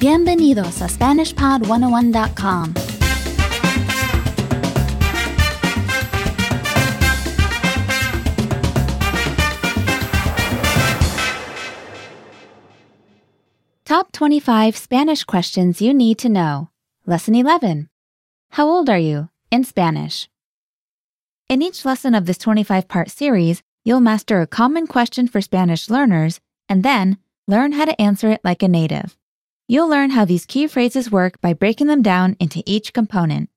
Bienvenidos a SpanishPod101.com. Top 25 Spanish questions you need to know. Lesson 11. How old are you? In Spanish. In each lesson of this 25 part series, you'll master a common question for Spanish learners and then learn how to answer it like a native. You'll learn how these key phrases work by breaking them down into each component.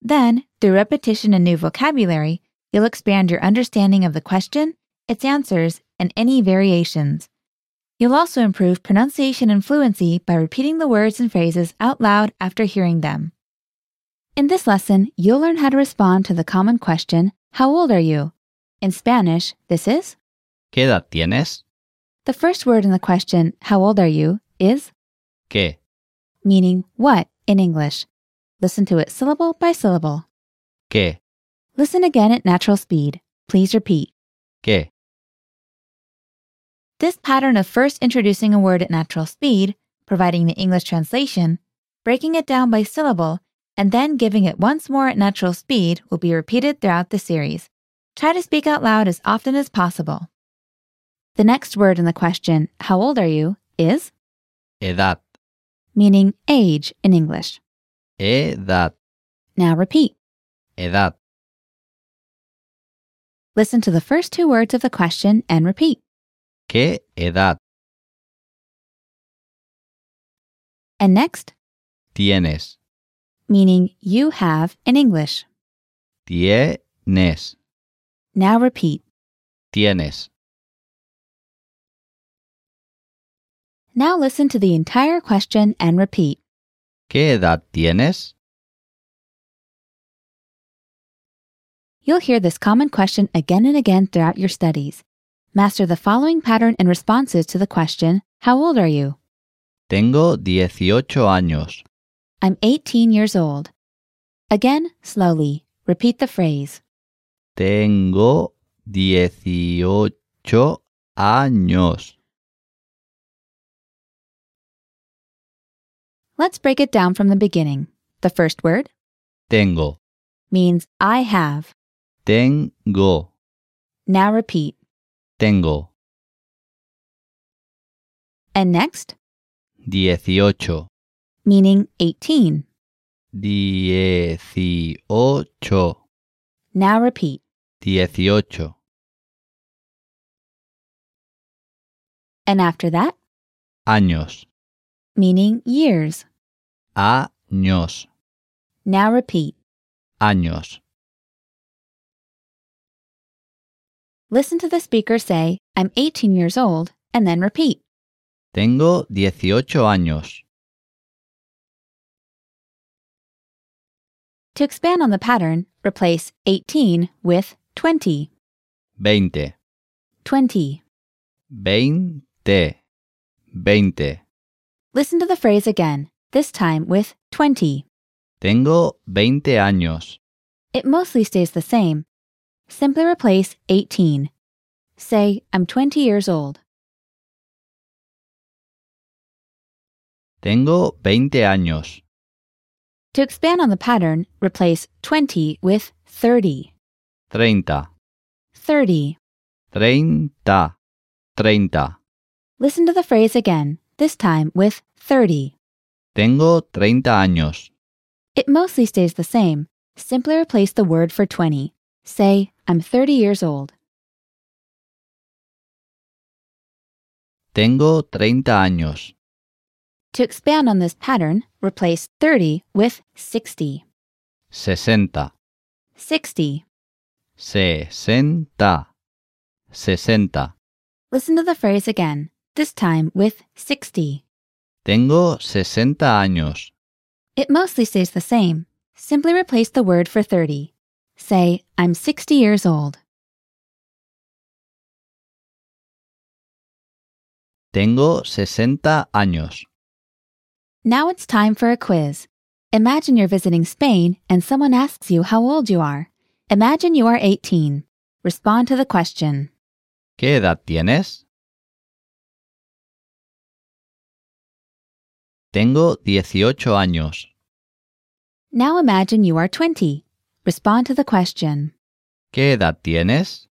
Then, through repetition and new vocabulary, you'll expand your understanding of the question, its answers, and any variations. You'll also improve pronunciation and fluency by repeating the words and phrases out loud after hearing them. In this lesson, you'll learn how to respond to the common question, How old are you? In Spanish, this is ¿Qué edad tienes? the first word in the question, How old are you? is ¿Qué? meaning what in English. Listen to it syllable by syllable. ¿Qué? Listen again at natural speed. Please repeat. ¿Qué? This pattern of first introducing a word at natural speed, providing the English translation, breaking it down by syllable, and then giving it once more at natural speed will be repeated throughout the series. Try to speak out loud as often as possible. The next word in the question, How old are you? is Edad. meaning age in English. Edad. Now repeat. Edad. Listen to the first two words of the question and repeat. ¿Qué edad And next, tienes? meaning you have in English. Tienes. Now repeat. Tienes. Now listen to the entire question and repeat. ¿Qué edad tienes? You'll hear this common question again and again throughout your studies. Master the following pattern and responses to the question, How old are you? Tengo 18 años. I'm 18 years old. Again, slowly. Repeat the phrase. Tengo 18 años. Let's break it down from the beginning. The first word Tengo. means I have. Tengo. Now repeat. Tengo. And next, 18. meaning 18. 18. Now repeat. 18. And after that, Años. meaning years. Años. Now repeat. años. Listen to the speaker say, I'm 18 years old, and then repeat. Tengo 18 años. To expand on the pattern, replace 18 with 20, 20, 20. 20, 20. Listen to the phrase again, this time with 20. Tengo 20 años. It mostly stays the same. Simply replace 18. Say, I'm 20 years old. Tengo 20 años. To expand on the pattern, replace 20 with 30, 30, 30. 30, 30. Listen to the phrase again, this time with 30. Tengo 30 años. It mostly stays the same. Simply replace the word for 20. Say, I'm 30 years old. Tengo 30 años. To expand on this pattern, replace 30 with 60. 60, 60. 60, 60. Listen to the phrase again, this time with 60. Tengo 60 años. It mostly stays the same. Simply replace the word for 30. Say, I'm 60 years old. Tengo 60 años. Now it's time for a quiz. Imagine you're visiting Spain and someone asks you how old you are. Imagine you are 18. Respond to the question. ¿Qué edad tienes? Tengo 18 años. Now imagine you are 20. Respond to the question. ¿Qué edad tienes?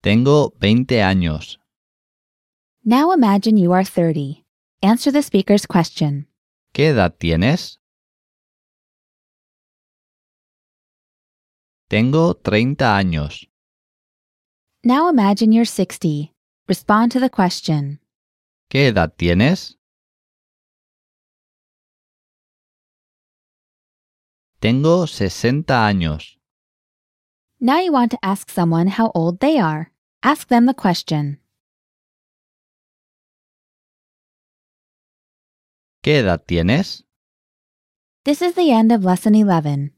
Tengo 20 años. Now imagine you are 30. Answer the speaker's question. ¿Qué edad tienes? Tengo 30 años. Now imagine you're 60. Respond to the question. ¿Qué edad tienes? Tengo 60 años. Now you want to ask someone how old they are. Ask them the question. ¿Qué edad tienes? This is the end of lesson 11.